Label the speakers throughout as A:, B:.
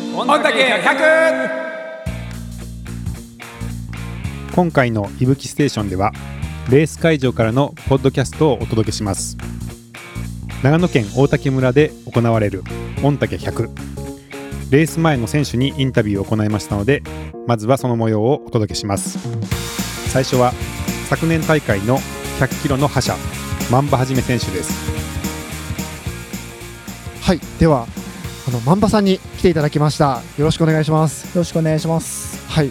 A: 芸100
B: 今回の「いぶきステーション」ではレース会場からのポッドキャストをお届けします長野県大竹村で行われる御嶽100レース前の選手にインタビューを行いましたのでまずはその模様をお届けします最初は昨年大会の100キロの覇者万場はじめ選手です
C: はい、では、あの、万場さんに来ていただきました。よろしくお願いします。
D: よろしくお願いします。
C: はい、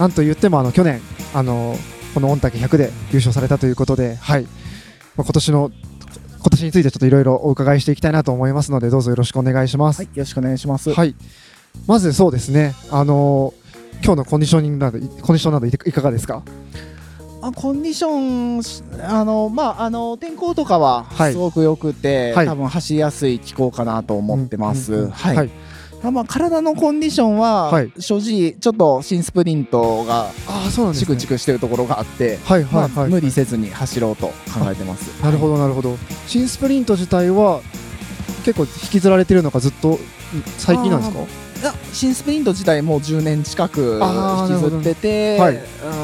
C: なんと言っても、あの、去年、あの、この御嶽100で優勝されたということで、はい。まあ今年の、今年についてちょっといろいろお伺いしていきたいなと思いますので、どうぞよろしくお願いします。
D: は
C: はい
D: い、、よろしくお願いします。
C: まずそうですね、あの、今日のコンディショニングなど、コンディションなどいいかがですか。
D: あコンディションし、あの、まあ、あの、天候とかは
C: はい
D: すごく良くて、
C: はい
D: 多分走りやすい気候かなと思ってま
C: うんうん
D: す。
C: うん
D: はい。
C: はい
D: あまあ、体のコンディションは、
C: はい
D: 正直、ちょっと新スプリントが
C: ああ、そうなんです、
D: チ
C: ね。
D: クチクしてるところがあって、
C: はい、はい、
D: ま
C: は
D: あ、
C: い。
D: 無理せずに走ろうと考えてます。
C: なるほどなるほど新スプリント自体は結構引きずられてるのがずっと最近なんですか
D: いや新スプリント自体もう10年近く
C: あー
D: 引きずってて、
C: なる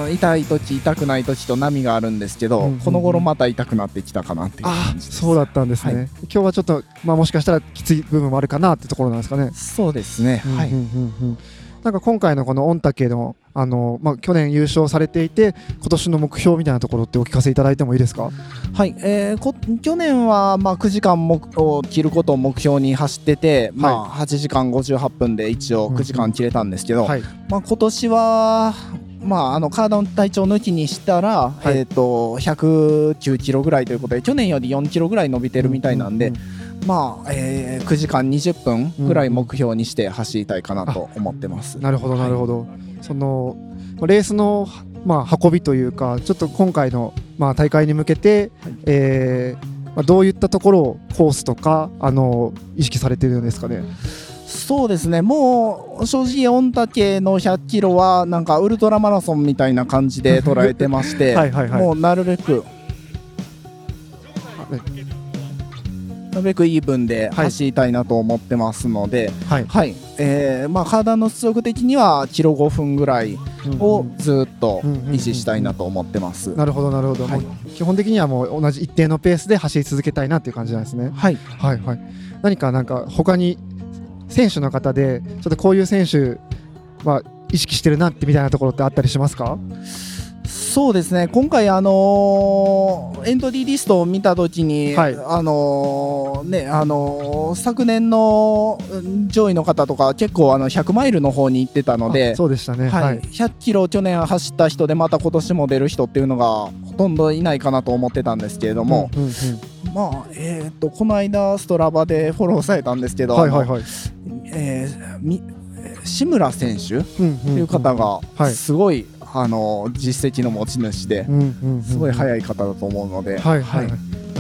D: うん痛い時痛くない時と波があるんですけ
C: う
D: ど、
C: んうんうん
D: この頃また痛くなってきたかなっていう
C: あ
D: 感
C: あ
D: じです
C: そうだったんですね、
D: は
C: 今日はちょっと、まあ、もしかしたらきつい部分もあるかなってところなんですかね
D: そうですね、は
C: うん
D: い、
C: うんうんうんなんか今回のこの御嶽のあの、まあ、去年優勝されていて今年の目標みたいなところってお聞かせいただいてもいいですか、
D: はいえーこ去年はまあ9時間もを切ることを目標に走ってて、まあ、8時間58分で一応
C: うん
D: 9時間切れたんですけど、
C: はい
D: まあ、今年は、まあ、あの体の体調抜きにしたら、
C: い
D: えー、と109キロぐらいということで去年より4キロぐらい伸びてるみたいなんで、
C: ううう
D: まあ、えー9時間20分ぐらい目標にして走りたいかなと思ってます。
C: なるほどなるほど、そのまあレースの、まあ、運びというかちょっと今回の、まあ、大会に向けて、えーまあ、どういったところをコースとかあの意識されてるんですかね。
D: そうですね、もう正直、御嶽の100キロは、なんかウルトラマラソンみたいな感じで捉えてまして、
C: はいはいはい
D: もうなるべく、なるべくイーブンで走りたいなと思ってますので、
C: はい、
D: はいえーまあ、体の出力的には、キロ5分ぐらいをずっと維持したいなと思ってます。
C: なるほどなるほど、
D: はい
C: もう基本的にはもう同じ一定のペースで走り続けたいなっていう感じなんですね。
D: はい、
C: はいはい、何かなんか他に選手の方でちょっとこういう選手は意識してるなってみたいなところってあったりしますか、
D: そうですね今回、あのーエントリーリストを見たときに、
C: はい
D: あのーねあのー昨年のうん上位の方とか結構あの100マイルの方に行ってたので
C: あ。そうでしたね。
D: はい100キロ去年走った人でまた今年も出る人っていうのがほとんどいないかなと思ってたんですけれども、
C: うんうんうん
D: まあえー、とこの間ストラバでフォローされたんですけど、
C: はいはいはい。
D: あのえーみえー志村選手
C: と
D: という方、
C: は
D: が
C: い
D: すごい、あの実績の持ち主で、
C: うんうんうん
D: すごい
C: い。
D: 速い方だと思うので、
C: はいはい、はい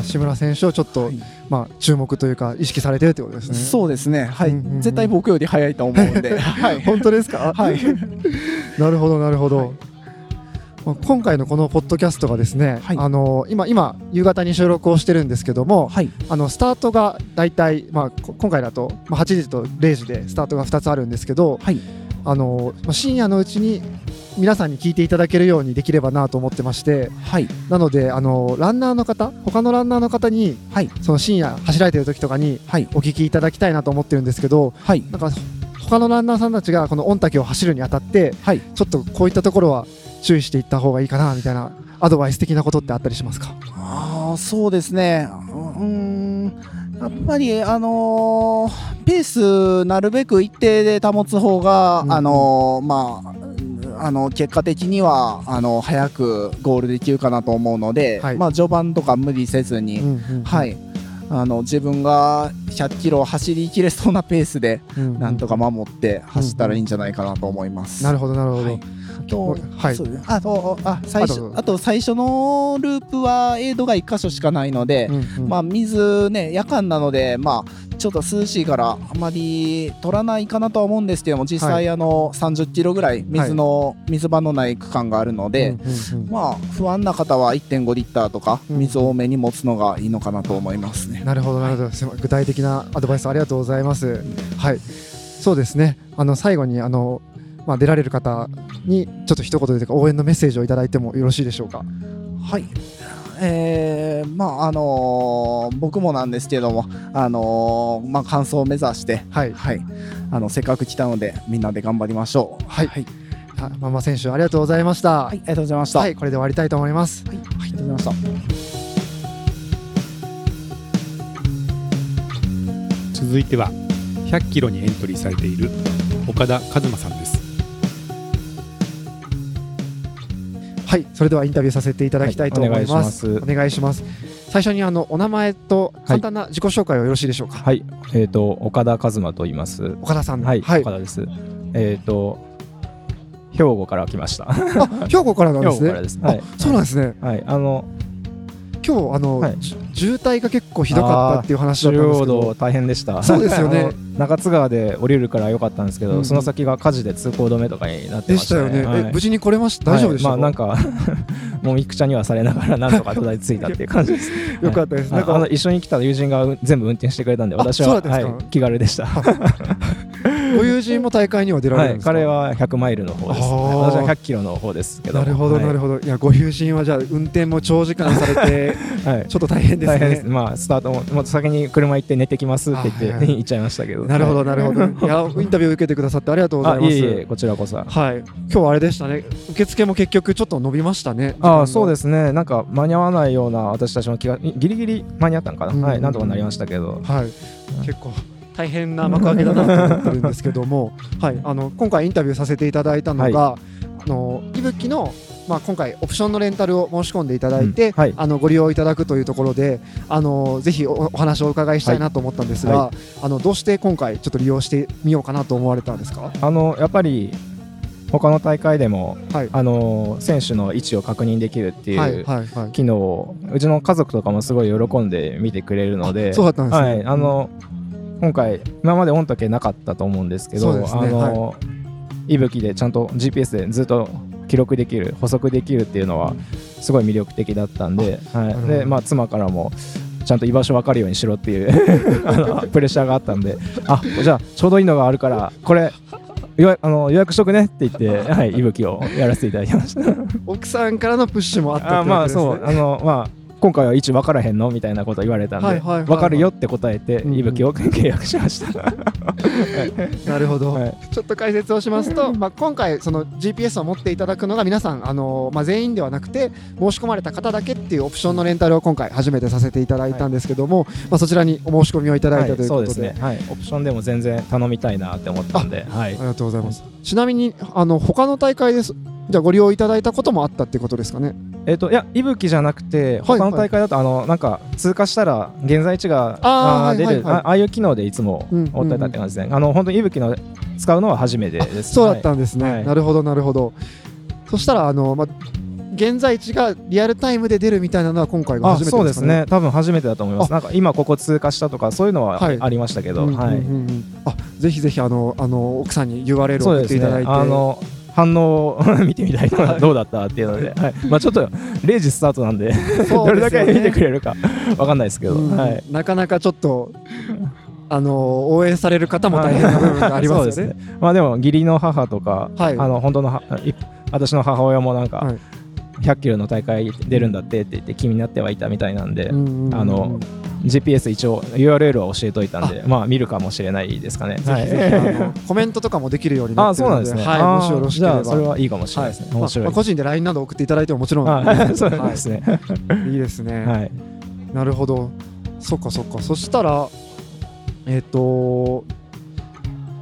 C: 志村選手をちょっと、
D: はい
C: まあ、注目というか、意識されてるってことですね。
D: そうですね、はい、
C: うんうんうん
D: 絶対僕より速いと思う んで、はい、
C: 本当ですか、
D: はい、
C: なるほど、なるほど。
D: はい
C: まあ今回のこのポッドキャストがですね、
D: はい
C: あの今、今夕方に収録をしてるんですけども、
D: はい、
C: あのスタートが大体、まあ、こ今回だと、まあ、8時と0時でスタートが2つあるんですけど、
D: はい、
C: あのまあ深夜のうちに皆さんに聞いていただけるようにできればなと思ってまして、
D: はい、
C: なのであのランナーの方他のランナーの方に
D: はい、
C: その深夜走られてる時とかに
D: はい、
C: お聞きいただきたいなと思ってるんですけど
D: はい、
C: なんか他のランナーさんたちがこの御嶽を走るにあたって
D: はい、
C: ちょっとこういったところは注意していった方がいいかなみたいなアドバイス的なことってあったりしますか
D: ああ、そうですね、うーん、やっぱり、あのーペース、なるべく一定で保つ方が、
C: うん
D: あのーまあ、あの結果的にはあの早くゴールできるかなと思うので、
C: はい、
D: まあ、序盤とか無理せずに、はいい、あの自分が100キロ走りきれそうなペースで、
C: うん
D: なんとか守って走ったらいいんじゃないかなと思います。
C: なるほどなるほど、
D: はいと
C: はい
D: そうですあとあ最
C: あどう
D: 初
C: ぞ
D: あと最初のループはエイドが1箇所しかないので、
C: うんうん
D: まあ、水ね夜間なので、まあ、ちょっと涼しいからあまり取らないかなとは思うんですけども実
C: はい
D: 際あの30キロぐらい水の、水場のない区間があるので、
C: うんうんうん
D: まあ、不安な方は1.5リッターとか
C: うん
D: 水を多めに持つのがいいのかなと思いますね。
C: なるほどなるほど、すごい具体的なアドバイスありがとうございます、はいそうですねあの最後にあの、まあ、出られる方にちょっと一言でというか応援のメッセージをいただいてもよろしいでしょうか
D: はい。えーまああのー僕もなんですけども、あのーまあ、完走を目指して、
C: はい、
D: はい、あのせっかく来たのでみんなで頑張りましょう。
C: はい
D: はい、は
C: あ
D: い
C: ママ選手ありがとうございました、
D: ありがとうございました。
C: はい、これで終わりたいと思います
D: はい、ありがとうございました。
B: 続いては100キロにエントリーされている岡田和馬さんです
C: はい、それではインタビューさせていただきたいと思います。
A: はい
C: お
A: お
C: 願いします。最初にあのお名前と簡単な自己紹介をよろしいでしょうか。
A: はい、えっ、と岡田和馬と言います。
C: 岡田さん、
A: はい、
C: はい
A: 岡。田です。えっ、と兵庫から来ました。兵
C: あ、兵庫からなんで
A: 庫
C: す
A: から
C: ね。
A: です。はい、
C: あ、そうなんですね。
A: はい、あの
C: 今日あの、
A: はい
C: じゅ渋滞が結構ひどかったっていう話だ
A: 中
C: ったんです
A: 央
C: け
A: 道
C: ど、
A: 大変でした。
C: そうですよね
A: あの。中津川で降りるから良かったんですけど、
C: うん
A: その先が火事で通行止めとかになって
C: で
A: ま
C: し
A: したた
C: よね。
A: はい
C: え、無事に来れました。大丈夫でしたか。
A: はいまあなんか もみくちゃにはされながらなんとかたどり着いたっていう感じです。
C: よかったです。なん
A: ああ
C: か
A: の一緒に来た友人が全部運転してくれたんで、
C: あそ
A: 私
C: うだ
A: は、
C: ったんですか
A: はい、気軽でした。
C: ご友人も大会には出られ
A: は
C: るん
A: い、
C: ですか。
A: 彼。は100マイルの方です、
C: あー
A: 私は100キロの方ですけど
C: なるほど、
A: はい
C: なるほど。いや、ご友人はじゃあ運転も長時間されて
A: はい
C: ちょっと大変です
A: 大変です、
C: ね。
A: まあ、スタートももっと先に車行って寝てきますって言って、
C: あはいはい
A: 行っちゃいましたけど
C: なるほど、
A: はい
C: なるほど。いや、インタビューを受けてくださってありがとうござい
A: あ
C: ま
A: い
C: す。
A: えいえこちらこそ
C: はい、今日はあれでしたね、受付も結局ちょっと伸びましたね。。
A: あそうですすねなんか間に合わないような私たちも気がギリギリ間に合ったんかな、
C: うん
A: はいなんとかなりましたけど
C: はい、結構大変な幕開けだなと思ってるんですけど も、はい、あの今回インタビューさせていただいたのが、あのいぶきの。まあ、今回オプションのレンタルを申し込んでいただいて、
A: うんはい
C: あのご利用いただくというところであのぜひおお話をお伺いしたいなと思ったんですが、
A: は
C: あのどうして今回ちょっと利用してみようかなと思われたんですか、
A: あのやっぱり他の大会でも、
C: はい
A: あの選手の位置を確認できるって
C: はい
A: いう
C: はいはい
A: 機能をうちの家族とかもすごい喜んで見てくれるので
C: そうだったんですね、
A: はい、あの、今回、今まで御嶽なかったと思うんですけど、
C: そうですね
A: あの、いぶきでちゃんと GPS でずっと記録できる、補足できるっていうのは、すごい魅力的だったんで、は
C: るほ
A: い、
C: ど
A: で、まあ、妻からも、ちゃんと居場所分かるようにしろっていう あのプレッシャーがあったんで、あじゃあ、ちょうどいいのがあるから、これ、予約あの予約しとくねって言って、はい、いぶきをやらせていただきました。
C: 奥さんからのプッシュもあった
A: あ
C: っていうわ
A: ま
C: けで
A: あ
C: すね
A: そうあのまあ今回は位置分からへんのみたいなこと言われたんで、
C: は
A: わ
C: いはいはいはい
A: 分かるよって答えて、
C: うんうん
A: いぶきを契約し ました。
C: なるほど、
A: はい
C: ちょっと解説をしますと、まあ、今回その GPS を持っていただくのが皆さん、あのまあ、全員ではなくて申し込まれた方だけっていうオプションのレンタルを今回初めてさせていただいたんですけども、まあ、そちらにお申し込みをいただいたという
A: そ
C: こ
A: うで
C: と
A: す
C: で。
A: ね、はい、オプションでも全然頼みたいなって思ったんで、は
C: あり、
A: い
C: がとうございます。ちなみにあの他の大会です。じゃあご利用いただいたこともあったってことですかね。
A: えっ、といやいぶきじゃなくて
C: はい
A: 他の大会だと、あのなんか通過したら現在地が
C: あー
A: ー出
C: はい
A: る
C: はいはい
A: あああいう機能でいつも
C: うん
A: 追ってたって感じですね。あの本当にいぶきの使うのは初めてです。
C: そうだっ
A: は
C: たんですね。
A: はい
C: なるほどなるほど。そしたらあのまあ現在地がリアルタイムで出るみたいなのは今回
A: い
C: が
A: あ
C: 初めてですか
A: そうですね、多分初めてだと思います、なんか今ここ通過したとか、そういうのは
C: はい
A: ありましたけ
C: う
A: ど、
C: んうんうん
A: はい、
C: うんあぜひぜひあのあの奥さんに URL を
A: そう
C: 送
A: で
C: って
A: す
C: いただい
A: ね
C: て、
A: あの反応を見てみたいな、どうだったっていうので、はいまあ、ちょっと0時スタートなんで、ど
C: そう
A: れ
C: で
A: だ
C: すよ
A: け
C: ね
A: 見てくれるかわかんないですけど、
C: うん
A: はい、
C: なかなかちょっとあの応援される方も大変な部分がありますよね。
A: そうですねまあ、でも義理の母とか、
C: はい
A: あの本当のはい私の母親もなんか、
C: はい
A: 100キロの大会出るんだってって言って気になってはいたみたいなんで、
C: うんうんうん
A: あの GPS 一応 URL は教えといたんでまあ見るかもしれないですかね。
C: ぜひぜひ
A: はい
C: あのコメントとかもできるようにな
A: あ
C: って
A: そ
C: る
A: うな
C: の
A: ん
C: で、
A: ですね。
C: はい、
A: あー
C: もしよろしければ、
A: じゃあそれはいいかもしれないですね。
C: ま
A: 面
C: あ
A: 白い。
C: まあ個人で LINE など送っていただいてももちろん、
A: あそうなんですね。
C: い、いですね。
A: はい。
C: なるほど。そっかそっか。そしたら、えっ、と、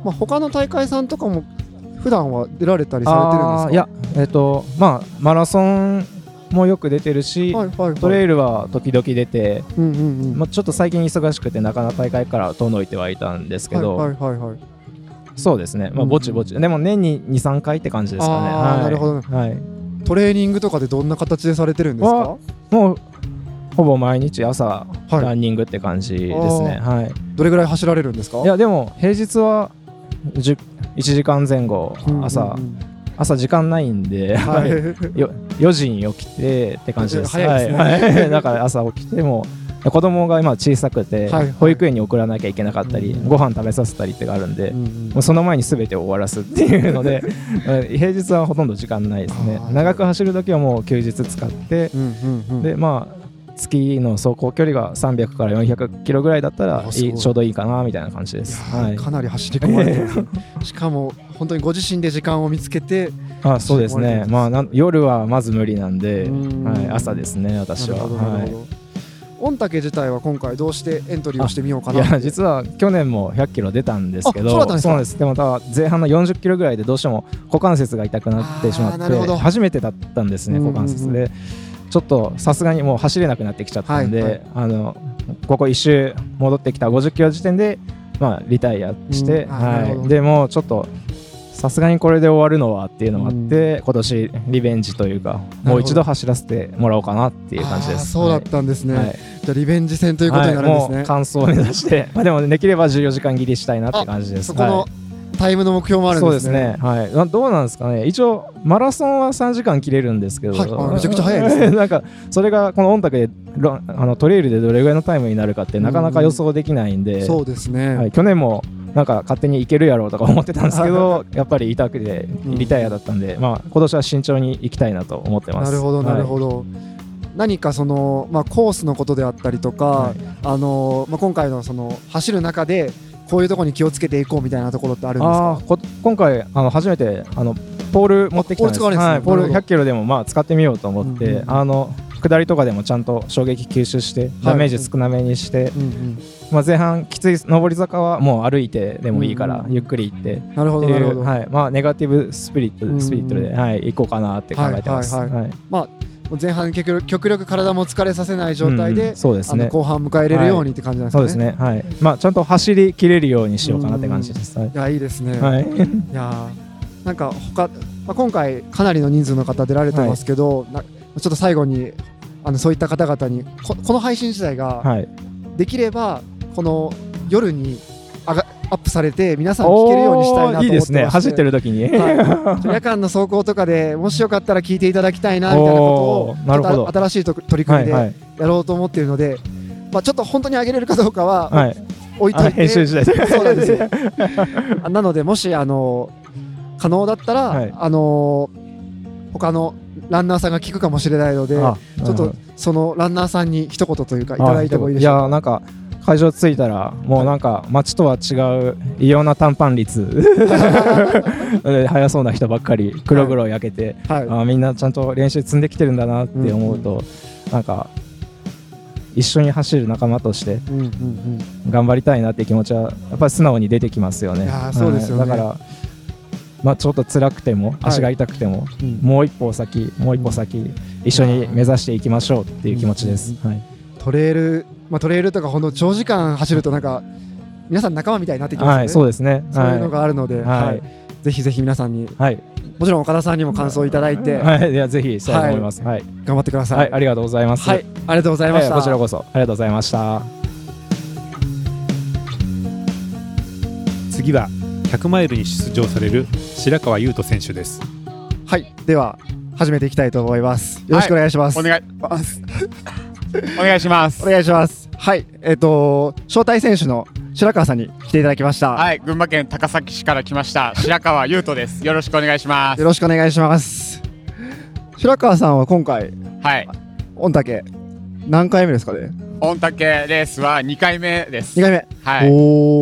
C: まあ、他の大会さんとかも普段は出られたりされてるんです
A: あ
C: か
A: ーいや、えっ、と、まあ、マラソンもよく出てるし、
C: はいはいはい、
A: トレイルは時々出て、
C: うんうんうん
A: まあ、ちょっと最近忙しくて、なかなか大会から遠のいてはいたんですけど、
C: はいはいはいはい
A: そうですね、まあ、ぼちぼち、でも年に2、3回って感じですかね。
C: あー
A: はい、
C: なるほど
A: はい、
C: トレーニングとかでどんな形でされてるんですか
A: わもうほぼ毎日朝、
C: はい
A: ランニングって感じですね。はい、
C: どれぐらい走られるんですか
A: いや、でも、平日は10 1時間前後、朝、
C: うんうん
A: 朝時間ないん
C: う
A: で、
C: んはい
A: よ4時に起きてって感じです。
C: 早いですね
A: はいはいだから朝起きても子供が今小さくて、
C: はいはい
A: 保育園に送らなきゃいけなかったり、
C: うん
A: ご飯食べさせたりってがあるんで、
C: うん
A: もうその前に全てを終わらすっていう ので平日はほとんど時間ないですね
C: あー
A: 長く走る時はもう休日使って
C: うんうんうん
A: でまあ月の走行距離が300から400キロぐらいだったら
C: あ
A: い
C: す
A: い
C: ごい
A: ちょうどいいかなみたいな感じで
C: いや
A: す。
C: ー
A: はい、
C: かなり走り込まれてますしかも本当にご自身で時間を見つけて
A: あそうで
C: す
A: す
C: ごいで
A: ね、
C: す
A: まあ、なん夜はまず無理なんで、
C: うん
A: はい、朝ですね、私
C: なるほ
A: は。
C: どな
A: は
C: る
A: い
C: ほど御嶽自体は今回どうしてエントリーをしてみようか
A: い
C: な
A: や実は去年も100キロ出たんですけ
C: あ
A: ど
C: そうだったんですか
A: なんですでもただ前半の40キロぐらいでどうしても股関節が痛くなってしま
C: あー
A: っ
C: なるほ
A: て
C: ど
A: 初めてだったんですね
C: うんうんうん
A: 股関節でちょっとさすがにもう走れなくなってきちゃったんで、
C: はいはい
A: あのここ1周戻ってきた50キロ時点で、まあ、リタイアして、
C: うんあーなるほ
A: は
C: ど
A: い、でもうちょっとさすがにこれで終わるのはっていうのがあって、今年リベンジというかもう一度走らせてもらおうかなっていう感じです。
C: あーそうだったんですね、
A: はいはい
C: じゃあリベンジ戦ということになるんですね、
A: はい、もう完走を目指して、 まあでもできれば14時間切りしたいなって感じです。
C: そこの
A: はい
C: タイムの目標もあるん
A: そう
C: で
A: ですす
C: ね
A: ね。。はい、などうなんですかね。一応マラソンは3時間切れるんですけど、
C: はいあめちゃくちゃ早いですね
A: なんかそれがこの御嶽でロンあのトレイルでどれぐらいのタイムになるかってなかなか予想できないんで、
C: そうですね。
A: はい、去年もなんか勝手にいけるやろうとか思ってたんですけ ど、やっぱり痛くてリタイアだったんで、まあ今年は慎重に行きたいなと思ってます。
C: なるほど、なる
A: ど。
C: ほど。何かその、まあ、コースのことであったりとか、
A: はい
C: あのまあ、今回のその走る中でこういうところに気をつけていこうみたいなところってあるんです
A: あ
C: か
A: ーこ今回あの初めてあのポール持ってきたんです
C: ポール使われてたん
A: は
C: で
A: い、
C: すね
A: ポ
C: な
A: ール
C: るほど
A: 100キロでもまあ使ってみようと思って、
C: うんうんうん
A: あの下りとかでもちゃんと衝撃吸収してダメージ少なめにして、
C: うんうん
A: まあ、前半きつい上り坂はもう歩いてでもいいから、
C: うんうん
A: ゆっくり行ってって
C: なるほど、
A: い
C: なるほ
A: う、
C: ど。
A: はいまあ、ネガティブスピリット
C: うんうん
A: スピリットで、はい、行こうかなって考えてます。
C: は
A: はいい
C: はいもう前半極力極力体も疲れさせない状態で、
A: うんうんそうです
C: あの
A: ね
C: 後半迎えれるようにって感じなんです
A: そ
C: か
A: う
C: ね。
A: ですね、はいまあ、ちゃんと走り切れるようにしようかなって感じです。はい
C: いやいいですね。
A: はい
C: いやーなんか他、まあ、今回かなりの人数の方出られてますけど、なちょっと最後にあのそういった方々にここの配信自体が
A: はい、
C: できればこの夜に上がアップされて皆さん聞けるようにしたいな
A: おー
C: と
A: いい
C: 思
A: で
C: っ
A: す
C: て
A: ね、
C: ま
A: 走って
C: る
A: る時に。
C: 夜間の走行とかでもしよかったら聞いていただきたいなみたいなこ
A: お
C: とを
A: ーなるほど
C: また新しいと取り組
A: は
C: み
A: い
C: で
A: は
C: や
A: い
C: ろうと思っているので、まあ、ちょっと本当に上げれるかどうかは
A: はい、
C: 置いと
A: あ
C: いて、
A: 編集時代
C: そうなんですよ あなのでもしあの可能だったら、
A: はい
C: あの他のランナーさんが聞くかもしれないのでちょ
A: あ
C: っとそのランナーさんに一言というかいただいてもいいで
A: い
C: しょう
A: やなんか会場着いたらもうなんか街とは違う異様な短パン率 で速そうな人ばっかり黒々焼けて、
C: か。はい
A: あみんなちゃんと練習積んできてるんだなって思うと、なんか一緒に走る仲間として
C: うんうんうん
A: 頑張りたいなって気持ちはやっぱり素直に出てきますよね。
C: いやーそうですよね
A: はいだからまあちょっと辛くても足が痛くても、
C: うん
A: もう一歩先もう一歩先、一緒に目指していきましょうっていう気持ちです。はい
C: トレイル、まあ、トレイルとかほんの長時間走るとなんか皆さん仲間みたいになってきますよね、
A: はい、そうですね。
C: そう
A: はい
C: いうのがあるので、は
A: はいい
C: ぜひぜひ皆さんに
A: はい、
C: もちろん岡田さんにも感想をいただいて頑
A: はい、いや、ぜひそう思います。はい、
C: 張ってください、
A: は
C: はい
A: い、ありがとうございます。
C: ありがとうございま
A: は
C: し
A: い、
C: た、
A: こちらこそ、ありがとうございました。
B: 次は100マイルに出場される白川優斗選手です
C: はいでは始めていきたいと思いますよろしくお願いします、
E: お願い、
C: あ
E: お願いします
C: お。願いしますはいえっ、と招待選手の白川さんに来ていただきました、
E: はい、群馬県高崎市から来ました白川優斗です。よろしくお願いします
C: よ。ろしくお願いします白川さんは今回
E: はい、
C: 御嶽何回目ですかね
E: 御嶽レースは2回目です
C: 2。回目、
E: はい、
C: お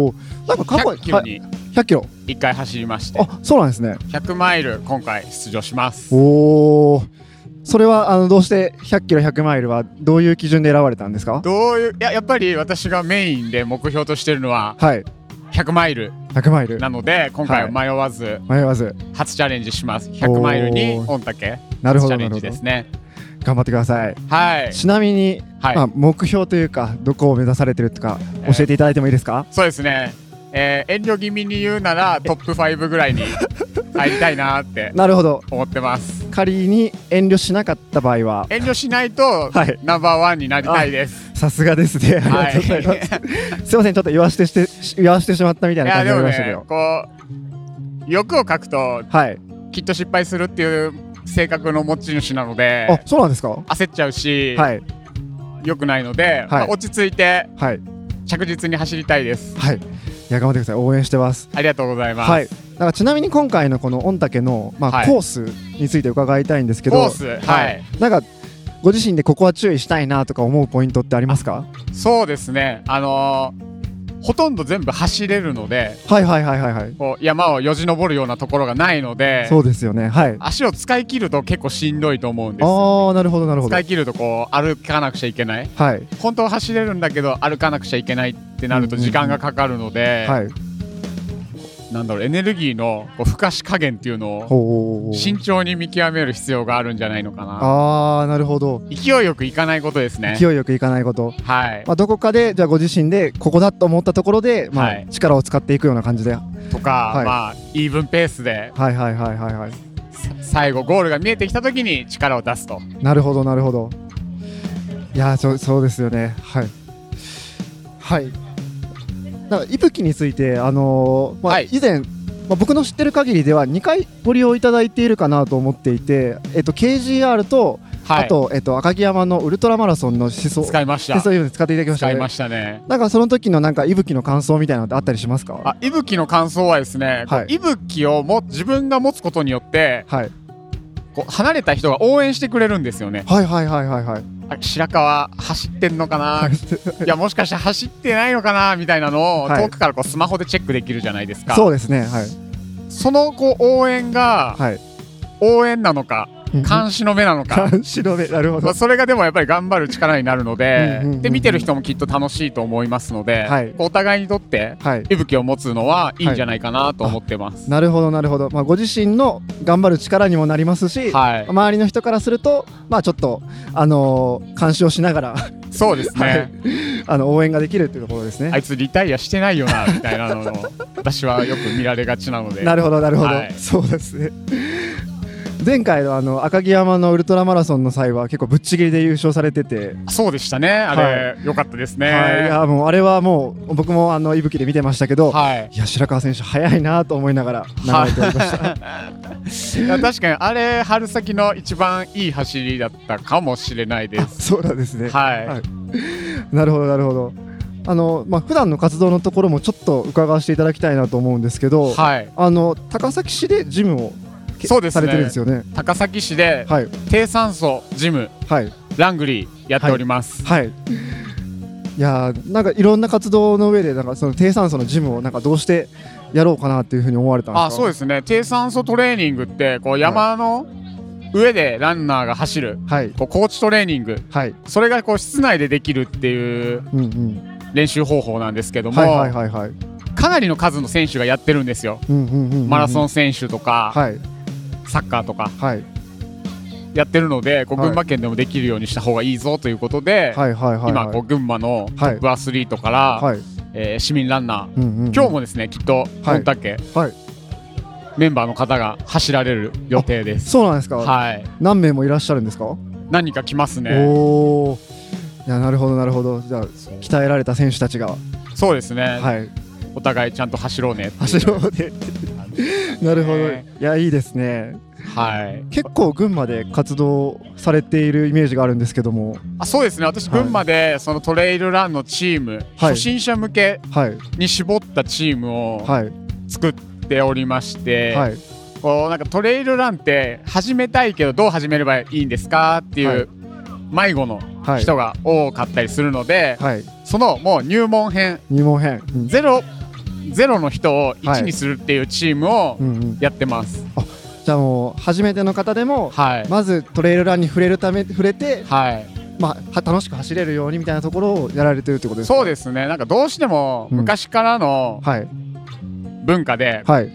C: おなんか過去
E: 100キロ
C: はい
E: に
C: 100キロ
E: 1回走りまして、
C: あそうなんですね
E: 100マイル今回出場します。
C: おおそれはあのどうして100キロ100マイルはどういう基準で選ばれたんですか
E: どういういややっぱり私がメインで目標としてるのは
C: はい
E: 100マイル
C: 100マイル
E: なので今回は迷わず
C: 迷わず
E: 初チャレンジします100マイルに
C: おー
E: 御嶽
C: なる
E: 初
C: ほ
E: チャ
C: どなる
E: レン
C: ほ
E: ジ
C: ど
E: ですね
C: 頑張ってください
E: はい
C: ちなみに、
E: はい、
C: まあ、目標というかどこを目指されてるとか
E: えー
C: 教えていただいてもいいですか、
E: そうですね、えー遠慮気味に言うならトップ5ぐらいに入りたいなって
C: なるほど
E: 思ってます
C: 仮に遠慮しなかった場合は
E: 遠慮しないと、
C: はい
E: ナンバーワンになりたいです
C: さすがですねありが
E: は
C: とう
E: い
C: ございます、 すいませんちょっと言わしてしてし言わしてしまったみたい
E: い
C: な
E: や
C: 感じ
E: で
C: にな
E: も
C: りましたけ
E: ね
C: ど
E: こう欲を書くと
C: はい
E: きっと失敗するっていう性格の持ち主なので
C: あそうなんですかは
E: 焦っちゃうし、
C: い
E: 良くないので、まあ落ち着いて
C: はい
E: 着実に走りたいです。
C: はいいや頑張ってください応援してます
E: ありがとうございます。
C: はいだからちなみに今回のこの御嶽のま
E: は
C: あ
E: い
C: コースについて伺いたいんですけど、
E: コース、はい、
C: なんかご自身でここは注意したいなとか思うポイントってありますか
E: そうですね。あのーほとんど全部走れるので、
C: はいはいはいはいはい
E: こう山をよじ登るようなところがないので、
C: そうですよねはい
E: 足を使い切ると結構しんどいと思うんですよ。
C: ああなるほどなるほど
E: 使
C: はい
E: い切るとこう歩かなくちゃいけない。
C: はい
E: 本当は走れるんだけど歩かなくちゃいけないってなると時間がかかるので、なんだろうエネルギーのこう付加し加減っていうのを
C: ほう
E: 慎重に見極める必要があるんじゃないのかな。
C: ああなるほど
E: 勢いよくいかないことですね。
C: 勢いよくいかないこと
E: はい。
C: まあどこかでじゃあご自身でここだと思ったところでま
E: は
C: あ
E: い
C: 力を使っていくような感じではい
E: とか、
C: はい
E: まあイーブンペースで
C: はいはいはいはい
E: さ最後ゴールが見えてきた時に力を出すと。
C: なるほどなるほどいやーそうそうですよねはいはいなんか伊吹についてあのーまあ、
E: はい
C: 以前、まあ、僕の知ってる限りでは2回ご利用いただいているかなと思っていて、えっと、KGR と、
E: はい。
C: あと、えっと、赤城山のウルトラマラソンの思想
E: 使いました。
C: そういうの使っていただきました
E: 使
C: ね
E: いましたね。
C: なんかその時のなんか伊吹の感想みたいなのってあったりしますか
E: あ、いぶきの感想はですね、こう
C: はい
E: いぶきをも自分が持つことによって、
C: はい、
E: こう離れた人が応援してくれるんですよね。
C: はいはいはいはいはい
E: あ白川走ってんのかな、い、やもしかして走ってないのかなみたいなのを
C: はい
E: 遠くからこうスマホでチェックできるじゃないですか、
C: そうですねはい
E: そのこう応援が
C: はい
E: 応援なのか監視の目な のか
C: 監視の目なるほど
E: まあそれがでもやっぱり頑張る力になるので
C: うんうんうんうん
E: で見てる人もきっと楽しいと思いますので、
C: はい
E: お互いにとって
C: はい
E: 息吹を持つのはいいんじゃないかなと思ってます。
C: なるほどなるほど、まあ、ご自身の頑張る力にもなりますし、
E: はい、
C: 周りの人からすると、まあ、ちょっと、あのー監視をしながら
E: そうですね、
C: あの応援ができるというところですね。
E: あいつリタイアしてないよなみたいなのを私はよく見られがちなので
C: なるほどなるほど、
E: はい
C: そうですね前回のあの赤城山のウルトラマラソンの際は結構ぶっちぎりで優勝されてて、
E: そうでしたねあれ、良かったですね。
C: はい、いやもうあれはもう僕もあの息吹で見てましたけど、
E: はい。
C: いや白川選手早いなと思いながら眺めておりました。
E: いや確かにあれ春先の一番いい走りだったかもしれないで
C: あ
E: す。
C: そうなんですね。
E: はい。
C: はいなるほどなるほど。あのまあ普段の活動のところもちょっと伺わせていただきたいなと思うんですけど、
E: はい。
C: あの高崎市でジムをけ
E: そうです
C: さ
E: ね
C: れてるんですよね。
E: 高崎市で
C: はい
E: 低酸素ジム
C: はい
E: ラングリーやっております。
C: はい。いやーなんかいろんな活動の上でなんかその低酸素のジムをなんかどうしてやろうかなっていうふうに思われたんですか。
E: あ、そうですね。低酸素トレーニングってこう山の上でランナーが走る。
C: はい
E: こうコーチトレーニング
C: はい
E: それがこう室内でできるっていう
C: うんうん
E: 練習方法なんですけども、
C: はいはいはいはい
E: かなりの数の選手がやってるんですよ
C: うんうんうんうん
E: マラソン選手とか、
C: はい
E: サッカーとか
C: はい
E: やってるのでこう
C: はい
E: 群馬県でもできるようにした方がいいぞということで、
C: はいはいはい
E: 今こう群馬のトップアスリートから、
C: はい
E: えー市民ランナ
C: う
E: ー、
C: んうんうん
E: 今日もですねきっと
C: はい
E: 本竹、
C: はい
E: メンバーの方が走られる予定です。
C: そうなんですか。
E: はい、
C: 何名もいらっしゃるんですか。
E: 何人か来ますね。
C: おお。いやなるほどなるほど。じゃあ鍛えられた選手たちが、
E: そうですね、
C: はい、
E: お互いちゃんと走ろうねっていう
C: 走ろうで。なるほど。い
E: ね
C: やいいですね。
E: はい。
C: 結構群馬で活動されているイメージがあるんですけども、
E: あ、そうですね。私
C: はい
E: 群馬でそのトレイルランのチーム、
C: はい
E: 初心者向け
C: はい
E: に絞ったチームを
C: はい
E: 作っておりまして、
C: はい
E: こうなんかトレイルランって始めたいけどどう始めればいいんですかっていう迷子の
C: はい
E: 人が多かったりするので、
C: はい
E: そのもう入門編
C: 入門編。うん
E: ゼロゼロの人を
C: はい
E: 1にするっていうチームを
C: うんうん。
E: やってます。
C: じゃあもう初めての方でも。
E: はい、
C: まずトレイルランに触れるため触れて、
E: はい、
C: まあ、は楽しく走れるようにみたいなところをやられてるってことですか
E: そうですねなんかどうしても
C: うん
E: 昔からの
C: はい
E: 文化で
C: はい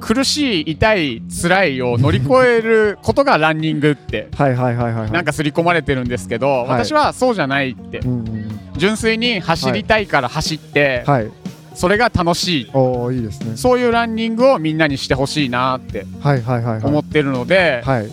E: 苦しい痛い辛いを乗り越えることがランニングって
C: はいはいはいはいはい
E: なんか刷り込まれてるんですけど、
C: い
E: 私はそうじゃないって
C: うんうんうん
E: 純粋に走りたいから走って、
C: はい
E: それが楽しい
C: おおいいですね
E: そういうランニングをみんなにしてほしいなって
C: はいはいはいはい
E: 思ってるので、
C: はい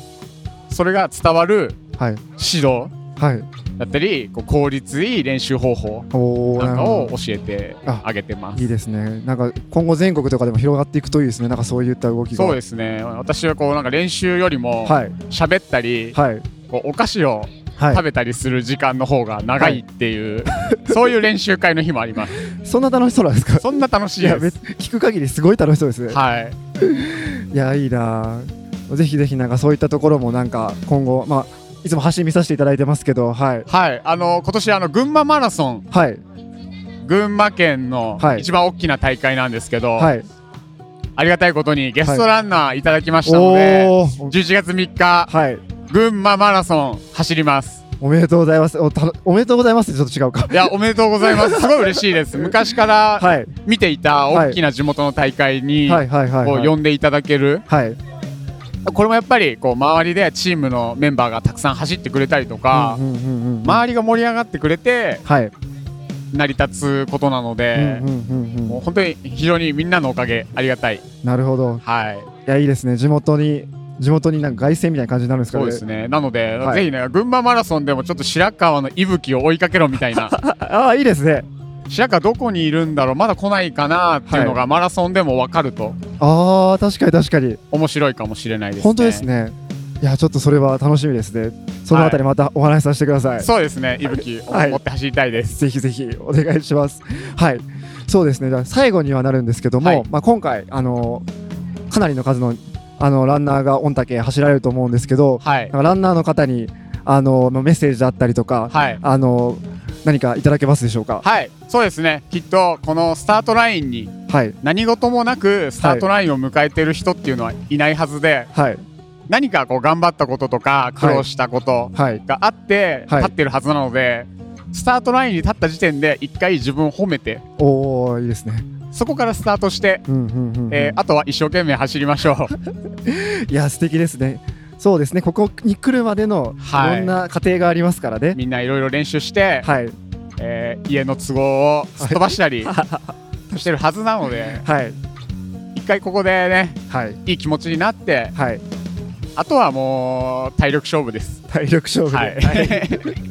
E: それが伝わる
C: はい
E: 指導
C: はい
E: だったりこう効率いい練習方法
C: おおな
E: な
C: んる
E: かを
C: ほ
E: 教えて
C: あ
E: あげてま
C: どいい
E: す。
C: ですねなんか今後全国とかでも広がっていくといいですねなんかそういった動きが
E: そうですね私はこうなんか練習よりも
C: はい
E: 喋ったり、
C: はい
E: こうお菓子を
C: はい
E: 食べたりする時間の方が長いっていう、そういう練習会の日もあ ります。
C: そんな楽しそうなんですか
E: そんな楽しい
C: いや
E: で
C: め
E: す。
C: 聞く限りすごい楽しそうですね、
E: はい。
C: い、やいいなあぜひぜひなんかそういったところもなんか今後まあいつも走り見させていただいてますけどはい
E: はい。あの今年あの群馬マラソン、
C: はい
E: 群馬県の
C: はい
E: 一番大きな大会なんですけど、
C: はい
E: ありがたいことにゲストランナーいただきましたので、
C: おー
E: 11月3日
C: はい
E: 群馬マラソン走ります。
C: おめでとうございますおたのおめでとうございますってちょっと違うか
E: いやおめでとうございます。すごい嬉しいです。昔から
C: はい
E: 見ていた大きな地元の大会に
C: はいはいはい
E: こう
C: はい
E: 呼んでいただける。
C: はい
E: これもやっぱりこう周りでチームのメンバーがたくさん走ってくれたりとか
C: う、んうんうんうん
E: 周りが盛り上がってくれて
C: はい
E: 成り立つことなので、
C: うんうんうんう
E: もうん本当に非常にみんなのおかげありがたい。
C: なるほど
E: はい。
C: いやいいですね地元に地元になんか凱旋みたいな感じになるんですか
E: そう
C: ね
E: ですね。なので、
C: はい
E: ぜひね群馬マラソンでもちょっと白川の息吹を追いかけろみたいな。
C: ああいいですね
E: 白川どこにいるんだろうまだ来ないかなっていうのがマラソンでも分かると
C: ああ確かに確かに
E: 面白いかもしれないですね。
C: 本当ですねいやちょっとそれは楽しみですねそのあたりまたお話しさせてください、
E: そうですね。息吹を
C: はい
E: 持って走りたいです。
C: ぜひぜひお願いしますはいそうですねじゃあ最後にはなるんですけども、
E: はい
C: まあ、今回あのかなりの数のあのランナーが御嶽走られると思うんですけど
E: はい
C: なん。かランナーの方にあのまあメッセージだったりとか、
E: はい。
C: あの何かいただけますでしょうか
E: はい。そうですね。きっとこのスタートラインに
C: はい
E: 何事もなくスタートラインを迎えてる人っていうのはいないはずで、
C: はい
E: 何かこう頑張ったこととか苦労したこと
C: はい
E: があって
C: はい
E: 立ってるはずなので、スタートラインに立った時点で一回自分を褒めて
C: おおいいですね
E: そこからスタートして、
C: うんうんうんうん、
E: えーあとは一生懸命走りましょう。
C: いや素敵ですねそうですねここに来るまでのい
E: はい
C: ろんな過程がありますからね
E: みんないろいろ練習して、
C: はい
E: えー家の都合をすっ飛ばしたりしてるはずなので
C: はい
E: 一回ここでね
C: はい
E: いい気持ちになって
C: はい
E: あとはもう体力勝負です。
C: 体力勝負で、
E: は
C: はい
E: い、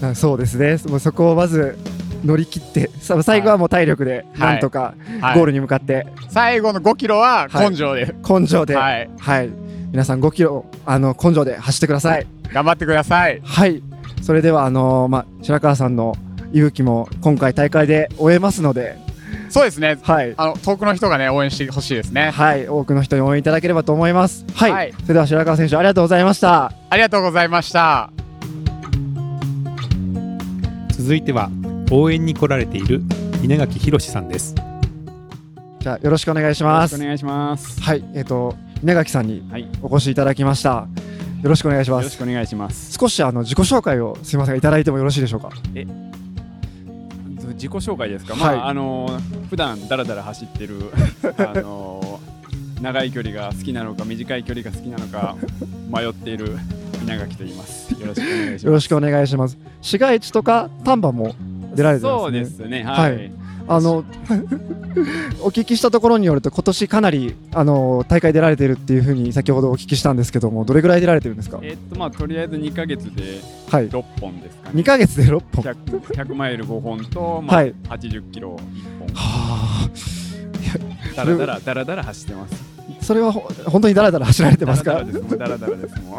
C: な そうですねもうそこをまず乗り切ってさ最後はもう体力で
E: い
C: なんとか
E: はい
C: ゴールに向かって
E: 最後の5キロは
C: はい
E: 根性で、
C: 根性では、
E: はいい、
C: 皆さん5キロあの根性で走ってください
E: 頑張ってください。
C: はいそれではあのーまあ白川さんの勇気も今回大会で終えますので
E: そうですね。
C: はい
E: あの遠くの人がね応援してほしいですね。
C: はい多くの人に応援いただければと思いますはい、
E: はい
C: それでは白川選手ありがとうございました
E: ありがとうございました。
B: 続いては応援に来られている稲垣博さんです
C: じゃあよろしくお願いし
F: よろ
C: ま
F: し
C: す
F: くお願いします。
C: はいえっ、と稲垣さんに
F: はい、よ
C: お越しいただきましたよろしくお願いしま
F: ろ
C: す
F: しくお願いします。
C: 少しあの自己紹介をすみませんいただいてもよろしいでしょうか。
F: 自己紹介ですか。
C: はい
F: まああのー普段だらだら走って るあのー長い距離が好きなのか短い距離が好きなのか迷っている稲垣と言います。よろしくお願いし
C: よ
F: ま
C: ろ
F: す。
C: しくお願いします。市街地とか丹波も出られてますね。
F: そうですね。はい。
C: はいあの お聞きしたところによると今年かなりあの大会出られてるっていうふうに先ほどお聞きしたんですけどもどれぐらい出られてるんですか。
F: えっとまあとりあえず2ヶ月で
C: はい。
F: 6本ですか
C: 二
F: ね。
C: ヶ月で六本。は
F: 100, 100マイル5本と、まあ
C: はい
F: 80キロ1本
C: あ。
F: だらだらだらだら走ってます。
C: それはほ本当にだらだら走られてます
F: だ
C: から
F: だらですもん。だらだらですもん。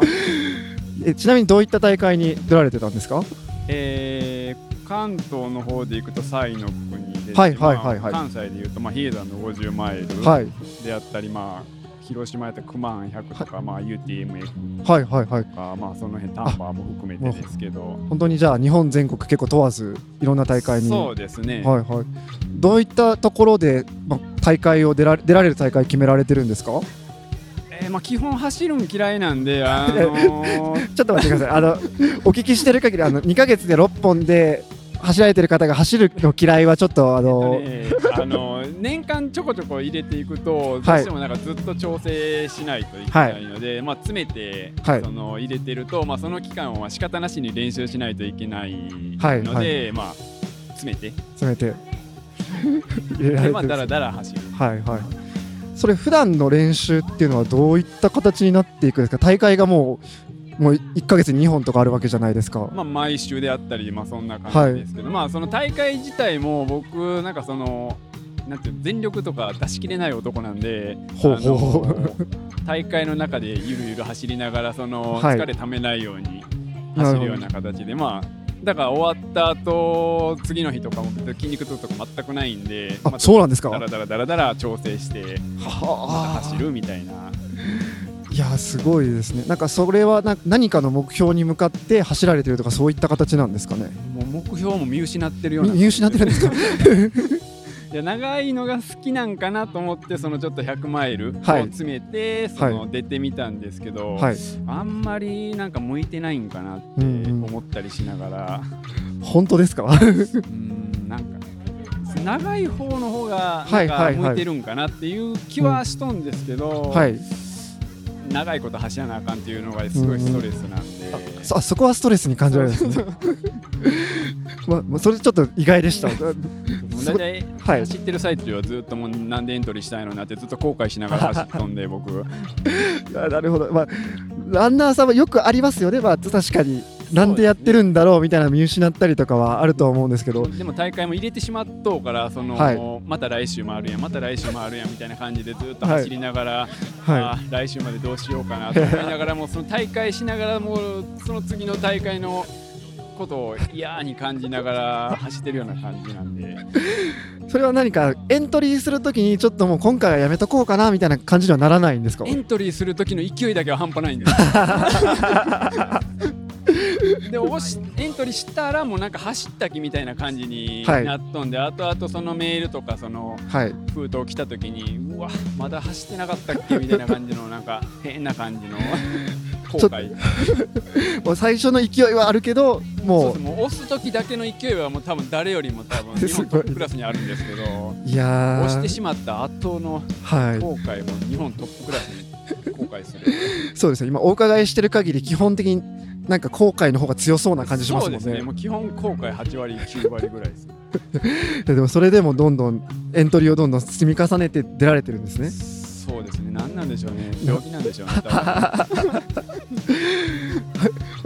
C: えちなみにどういった大会に出られてたんですか。
F: えー関東の方で行くと西の国に出て、
C: はいはいはいはい
F: まあ関西でいうと、まあ、比叡山の50マイル
C: はい
F: であったり、まあ、広島やったら熊半100とか、まあ、UTMF
C: はいはいはい。
F: とか、まあ、その辺タンバーも含め
C: あ
F: てですけど
C: 本当にじゃあ日本全国結構問わずいろんな大会に。
F: そうですね、
C: はいはい。どういったところで、まあ、大会を出られ出られる大会決められてるんですか？
F: えーまあ、基本走るん嫌いなんで、あ のー
C: ちょっと待ってください。 あのお聞きしてる限りあの2ヶ月で6本で走られてる方が走るの嫌いはちょっとあの、
F: えっとねあのー年間ちょこちょこ入れていくと、どうしてもなんかずっと調整しないといけないので、まあ、詰めて、
C: はい
F: その入れてると、まあ、その期間は仕方なしに練習しないといけないので、
C: はいは
F: まあ、詰めて、
C: せめて 入れら
F: で
C: れ
F: まあ、
C: て
F: だ
C: る
F: ら。だら走る。
C: はいはい。それ普段の練習っていうのはどういった形になっていくんですか？大会がもうもう1ヶ月に2本とかあるわけじゃないですか。
F: まあ、毎週であったり、まあ、そんな感じですけど、まあ、その大会自体も僕なんかそのなんていうの全力とか出し切れない男なんで
C: ほうほうほう
F: あの大会の中でゆるゆる走りながらその
C: はい
F: 疲れためないように走るような形でまあだから終わった後次の日とかも筋肉痛とか全くないんで
C: あ、
F: また
C: そうなんですか
F: だらだらだらだら調整してまた
C: は
F: 走るみたいない
C: やすごいですねなんかそれはな何かの目標に向かって走られてるとかそういった形なんですかね
F: もう目標も見失ってるよう
C: み
F: な
C: 見失ってる んですか
F: いや長いのが好きなんかなと思ってそのちょっと100マイルを
C: はい
F: 詰めて、その出てみたんですけど、
C: はい
F: あんまりなんか向いてないんかなって
C: うんうん
F: 思ったりしながら、
C: 本当ですか
F: うーん、なんか長い方の方が
C: は
F: ないんか
C: はいはい
F: 向いてるんかなっていう気はしとんですけど、
C: はい
F: 長いこと走らなあかんっていうのがすごいストレスなんで、
C: そあそこはストレスに感じられるんです ねままそれちょっと意外でした
F: もう大体
C: はい
F: 走ってる最中はずっともうなんでエントリーしたいのになってずっと後悔しながら走っとんで僕。
C: あなるほど、まあ、ランナーさんはよくありますよね、まあ、確かに、なんでやってるんだろうみたいな見失ったりとかはあると思うんですけど、
F: でも大会も入れてしまっとうからその、
C: は
F: また来週もあるやんまた来週もあるやんみたいな感じでずっと
C: はい
F: 走りながら、
C: は
F: あー来週までどうしようかなと思いながらもうその大会しながらもうその次の大会のことを嫌に感じながら走ってるような感じなんで
C: い、それは何かエントリーするときに、ちょっともう今回はやめとこうかなみたいな感じにはならないんですか
F: エントリーする時の勢いだけは半端ないんです よでおしエントリーしたらもうなんか走った気みたいな感じに
C: はい
F: なっとんで、あとあとそのメールとかその
C: はい、
F: 封筒来た時にうわまだ走ってなかったっけみたいな感じのなんか変な感じの後
C: ちょっと
F: 悔
C: もう最初の勢いはあるけど、
F: そう
C: も
F: そうもう押す時だけの勢いはもう多分誰よりも多分
C: すご
F: 日
C: い
F: 本トップクラスにあるんですけど
C: う、いや
F: 押して
C: ー、
F: しまった後の
C: は
F: 後悔も日本トップクラスに後悔する
C: い、そうですね、今、お伺いしてる限り、基本的になんか後悔の方が強そうな感じします
F: そう
C: もん
F: ですね
C: ね。
F: もう基本後悔8割9割ぐらいです
C: ででも、それでもどんどんエントリーをどんどん積み重ねて出られてるんですね。
F: そうですね。何なんでしょうね。病気なんでしょう ね。多分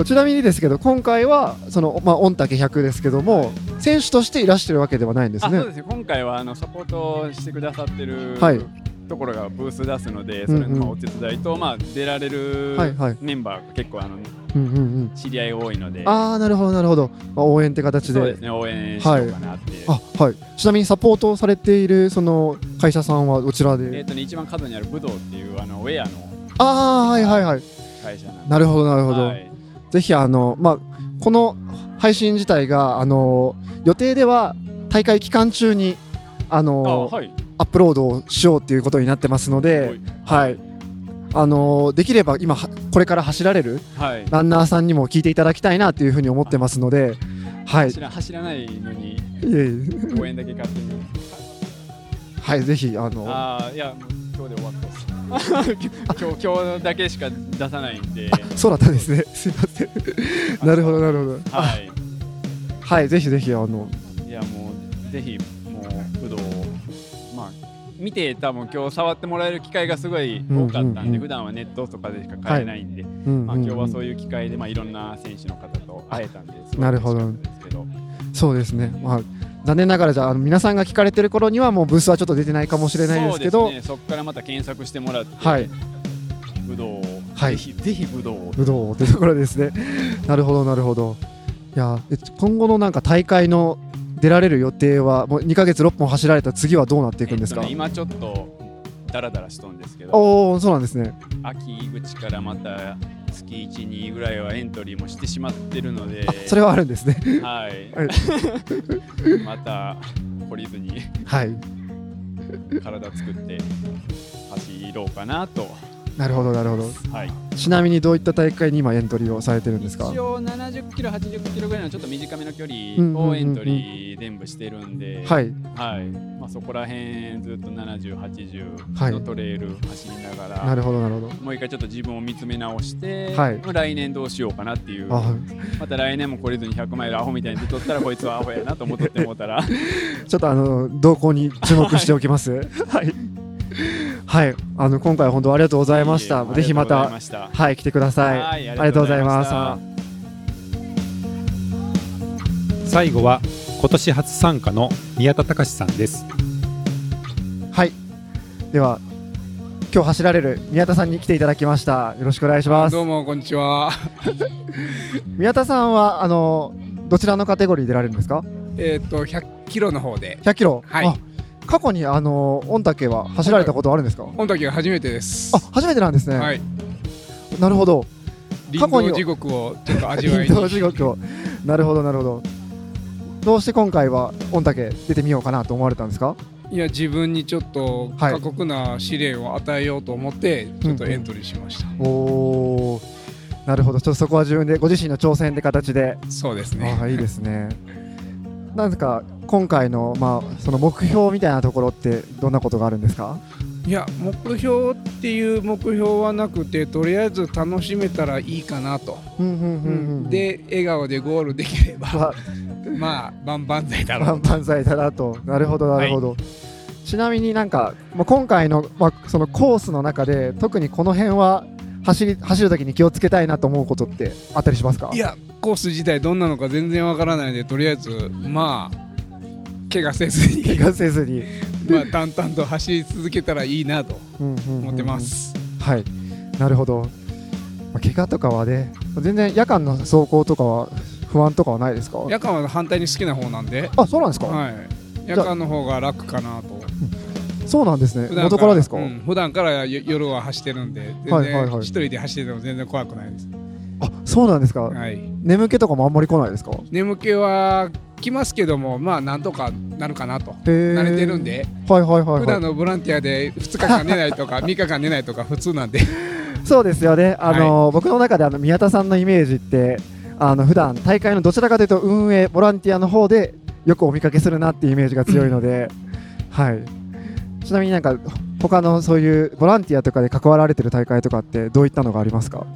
C: ちなみにですけど今回はその、まあ、御嶽100ですけども選手としていらしてるわけではないんで
F: あ、
C: す
F: そ
C: ね
F: う。ですね。今回はあのサポートしてくださってる、
C: はい
F: ところがブース出すので、それのまあ
C: うんうん
F: お手伝いと、まあ出られる
C: はいはい
F: メンバーが結構あの
C: うんうんうん、
F: 知り合いが多いので、
C: ああなるほどなるほど、まあ、応援って形
F: そう
C: で
F: ですね。応援しようかなって。
C: あはい、ちなみにサポートをされているその会社さんはどちら
F: えっ、
C: で
F: とね一番角にある武道っていうあのウェアの
C: ああはいはいはい
F: 会社なんで。
C: なるほどなるほど、
F: はい
C: ぜひあの、まあ、この配信自体があの予定では大会期間中にあ
F: あ、
C: の
F: はい。
C: アップロードをしようっていうことになってますので。はい、あのできれば今はこれから走られる
F: はい。
C: ランナーさんにも聞いていただきたいなというふうに思ってますので、はい、い
F: 走ら走らないのに
C: えいえ
F: 応援だけ勝手に。
C: はい、ぜひあ のあ
F: ああいやもう今日で終わったです 今日今日だけしか出さないんで
C: そうだったんですね、 すいません、なるほどなるほど、
F: はい
C: はい、ぜひぜひあの
F: いやもうぜひもう武道をまあ見て多分今日触ってもらえる機会がすごい多かったんで、
C: うんうんうん
F: 普段はネットとかでしか買えないんで、
C: うん
F: ま
C: う
F: あ、
C: ん
F: 今日はそうういう機会で、まあ、いろんな選手の方と会えたんですごい
C: なるほど
F: 嬉しかったですけど
C: んそうですね、まあ、残念ながらじゃああの皆さんが聞かれてる頃にはもうブースはちょっと出てないかもしれないですけ
F: そ
C: ど
F: う、ですねそこからまた検索してもらって、
C: はい、
F: 武道を、
C: はい
F: ぜひぜひ武道を
C: 武道ってところですね、 なるほどなるほど、いやえ今後のなんか大会の出られる予定はもう2ヶ月6本走られた次はどうなっていくんですか、
F: えっとね今ちょっとダラダラしとんですけど
C: おおそうなんですね
F: 秋口からまた月12ぐらいはエントリーもしてしまってるので
C: あそれはあるんですね
F: はい、また懲りずに
C: はい
F: 体作って走ろうかなと、
C: なるほどなるほど
F: はい、
C: ちなみにどういった大会に今エントリーをされてるんです
F: 一
C: か
F: 応70キロ80キロぐらいのちょっと短めの距
C: うんうん
F: 離
C: うんう
F: を
C: ん
F: エントリー全部してるんで、
C: はい
F: はいまあ、そこら辺ずっと7080
C: はい
F: のトレイル走りながら、
C: なるほどなるほど
F: もう一回ちょっと自分を見つめ直して、
C: はい
F: まあ来年どうしようかなっていう
C: あは
F: また来年も懲りずに100マイルアホみたいに出とったらこいつはアホやなと思っとってもうた ら
C: いちょっとあの動向に注目しておきます はいはいあの今回は本当ありがとうございましたぜひま
F: ありがとうござい
C: た
F: ました
C: はい来てくださ
F: は
C: い
F: い
C: あ
F: あ
C: り
F: り
C: が
F: が
C: と
F: と
C: う
F: うご
C: ご
F: ざ
C: ざい
F: い
C: ま
F: ました
C: す
B: 最後は今年初参加の宮田隆さんです
C: はいでは今日走られる宮田さんに来ていただきましたよろしくお願いします
G: どうもこんにちは。
C: 宮田さんはあのどちらのカテゴリー出られるんですか
G: えっと100キロの方で
C: 100キロ、
G: はい
C: あ過去にあの御嶽は走られたことはあるんですか
G: 本時は初めてです
C: あ初めてなんですね、
G: はい
C: なるほど過
G: 林
C: 去に
G: 道地獄をちょっと味わい
C: イン
G: に
C: ド地獄を なるほどなるほどどうして今回は御嶽出てみようかなと思われたんですか
G: いや自分にちょっと
C: はい
G: 過酷な試練を与えようと思ってちょっとエントリーしました、
C: おーなるほどちょっとそこは自分でご自身の挑戦って形で
G: そうですね
C: ああいいですねなんか今回の,、まあその目標みたいなところってどんなことがあるんですか
G: いや目標っていう目標はなくてとりあえず楽しめたらいいかなと、
C: うんうんうんうん
G: で笑顔でゴールできれば
C: わ
G: まあ万々歳だろう
C: 万歳だなとなるほどなるほど、ちなみになんか、まあ、今回の,、まあそのコースの中で特にこの辺は走り走るときに気をつけたいなと思うことってあったりしますか
G: いやコース自体どんなのか全然わからないのでとりあえずまあ怪我せずに
C: 気がせずに、
G: まあ淡々と走り続けたらいいなと
C: うんうんうん
G: 思ってます、
C: はいなるほど、まあ、怪我とかはね全然夜間の走行とかは不安とかはないですか
G: 夜間は反対に好きな方なんで、
C: あそうなんですか、
G: はい、
C: じゃあ
G: 夜間の方が楽かなと
C: そうなんですね
G: 普段
C: 元からですか、
G: うん普段からよ夜は走ってるんで全
C: はいはい
G: 然
C: はい
G: 一人で走ってても全然怖くないです、
C: あそうなんですか、
G: はい、
C: 眠気とかもあんまり来ないですかへ
G: 眠気は来ますけどもまあなんとかなるかなと
C: え
G: 慣れてるんで、
C: はいはいはい、はい、
G: 普段のボランティアで2日間寝ないとか3日間寝ないとか普通なんで
C: そうですよね。あの、僕の中であの宮田さんのイメージって、あの普段大会のどちらかというと運営ボランティアの方でよくお見かけするなっていうイメージが強いので、はい。ちなみになんか他のそういうボランティアとかで関わられてる大会とかってどういったのがありますか？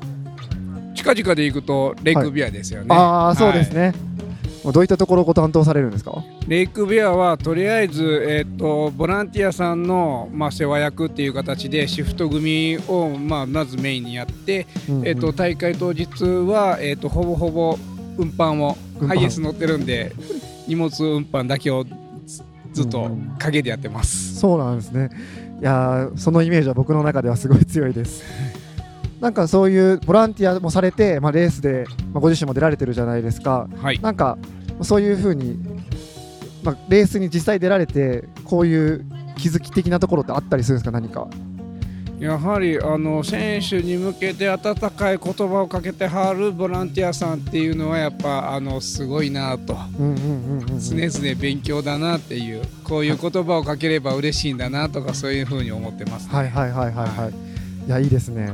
G: 近々で行くとレイクビアですよね、
C: ああ、そうです
G: は
C: ね。もうどういったところをご担当されるんですか？
G: いレイクビアはとりあえず、えっとボランティアさんの、まあ、世話役っていう形でシフト組を、まあ、まずメインにやって、えっと大会当日は、えっとほぼほぼ運搬を
C: 運搬
G: ハイエース乗ってるんで荷物運搬だけをずずっ
C: う
G: と
C: ん
G: 陰でやってます、
C: そうなんですね。いやーそのイメージは僕の中ではすごい強い です。なんかそういうボランティアもされて、まあ、レースで、まあ、ご自身も出られてるじゃないですか、
G: はい
C: なんかそういうふうに、まあ、レースに実際出られてこういう気づき的なところってあったりするんですか何か
G: やはりあの選手に向けて温かい言葉をかけてはるボランティアさんっていうのはやっぱあのすごいなと
C: うんうんうんうんうん
G: 常々勉強だなっていうこういう言葉をかければ嬉しいんだなとかそういうふうに思ってます、
C: はいはいはいはいはい、い、やいいですね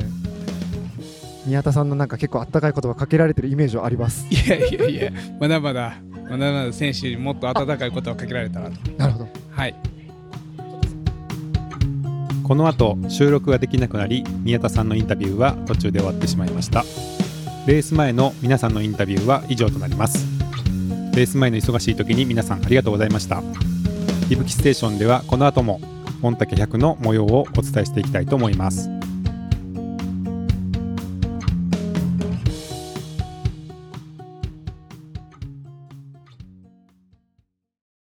C: 宮田さんのなんか結構あったかい言葉かけられてるイメージはあります
G: い、やいやいやまだまだまだまだ選手にもっと温かい言葉をかけられたらと
C: なるほど
G: はい
B: この後収録ができなくなり宮田さんのインタビューは途中で終わってしまいましたレース前の皆さんのインタビューは以上となりますレース前の忙しい時に皆さんありがとうございましたいぶきステーションではこの後も御嶽100の模様をお伝えしていきたいと思います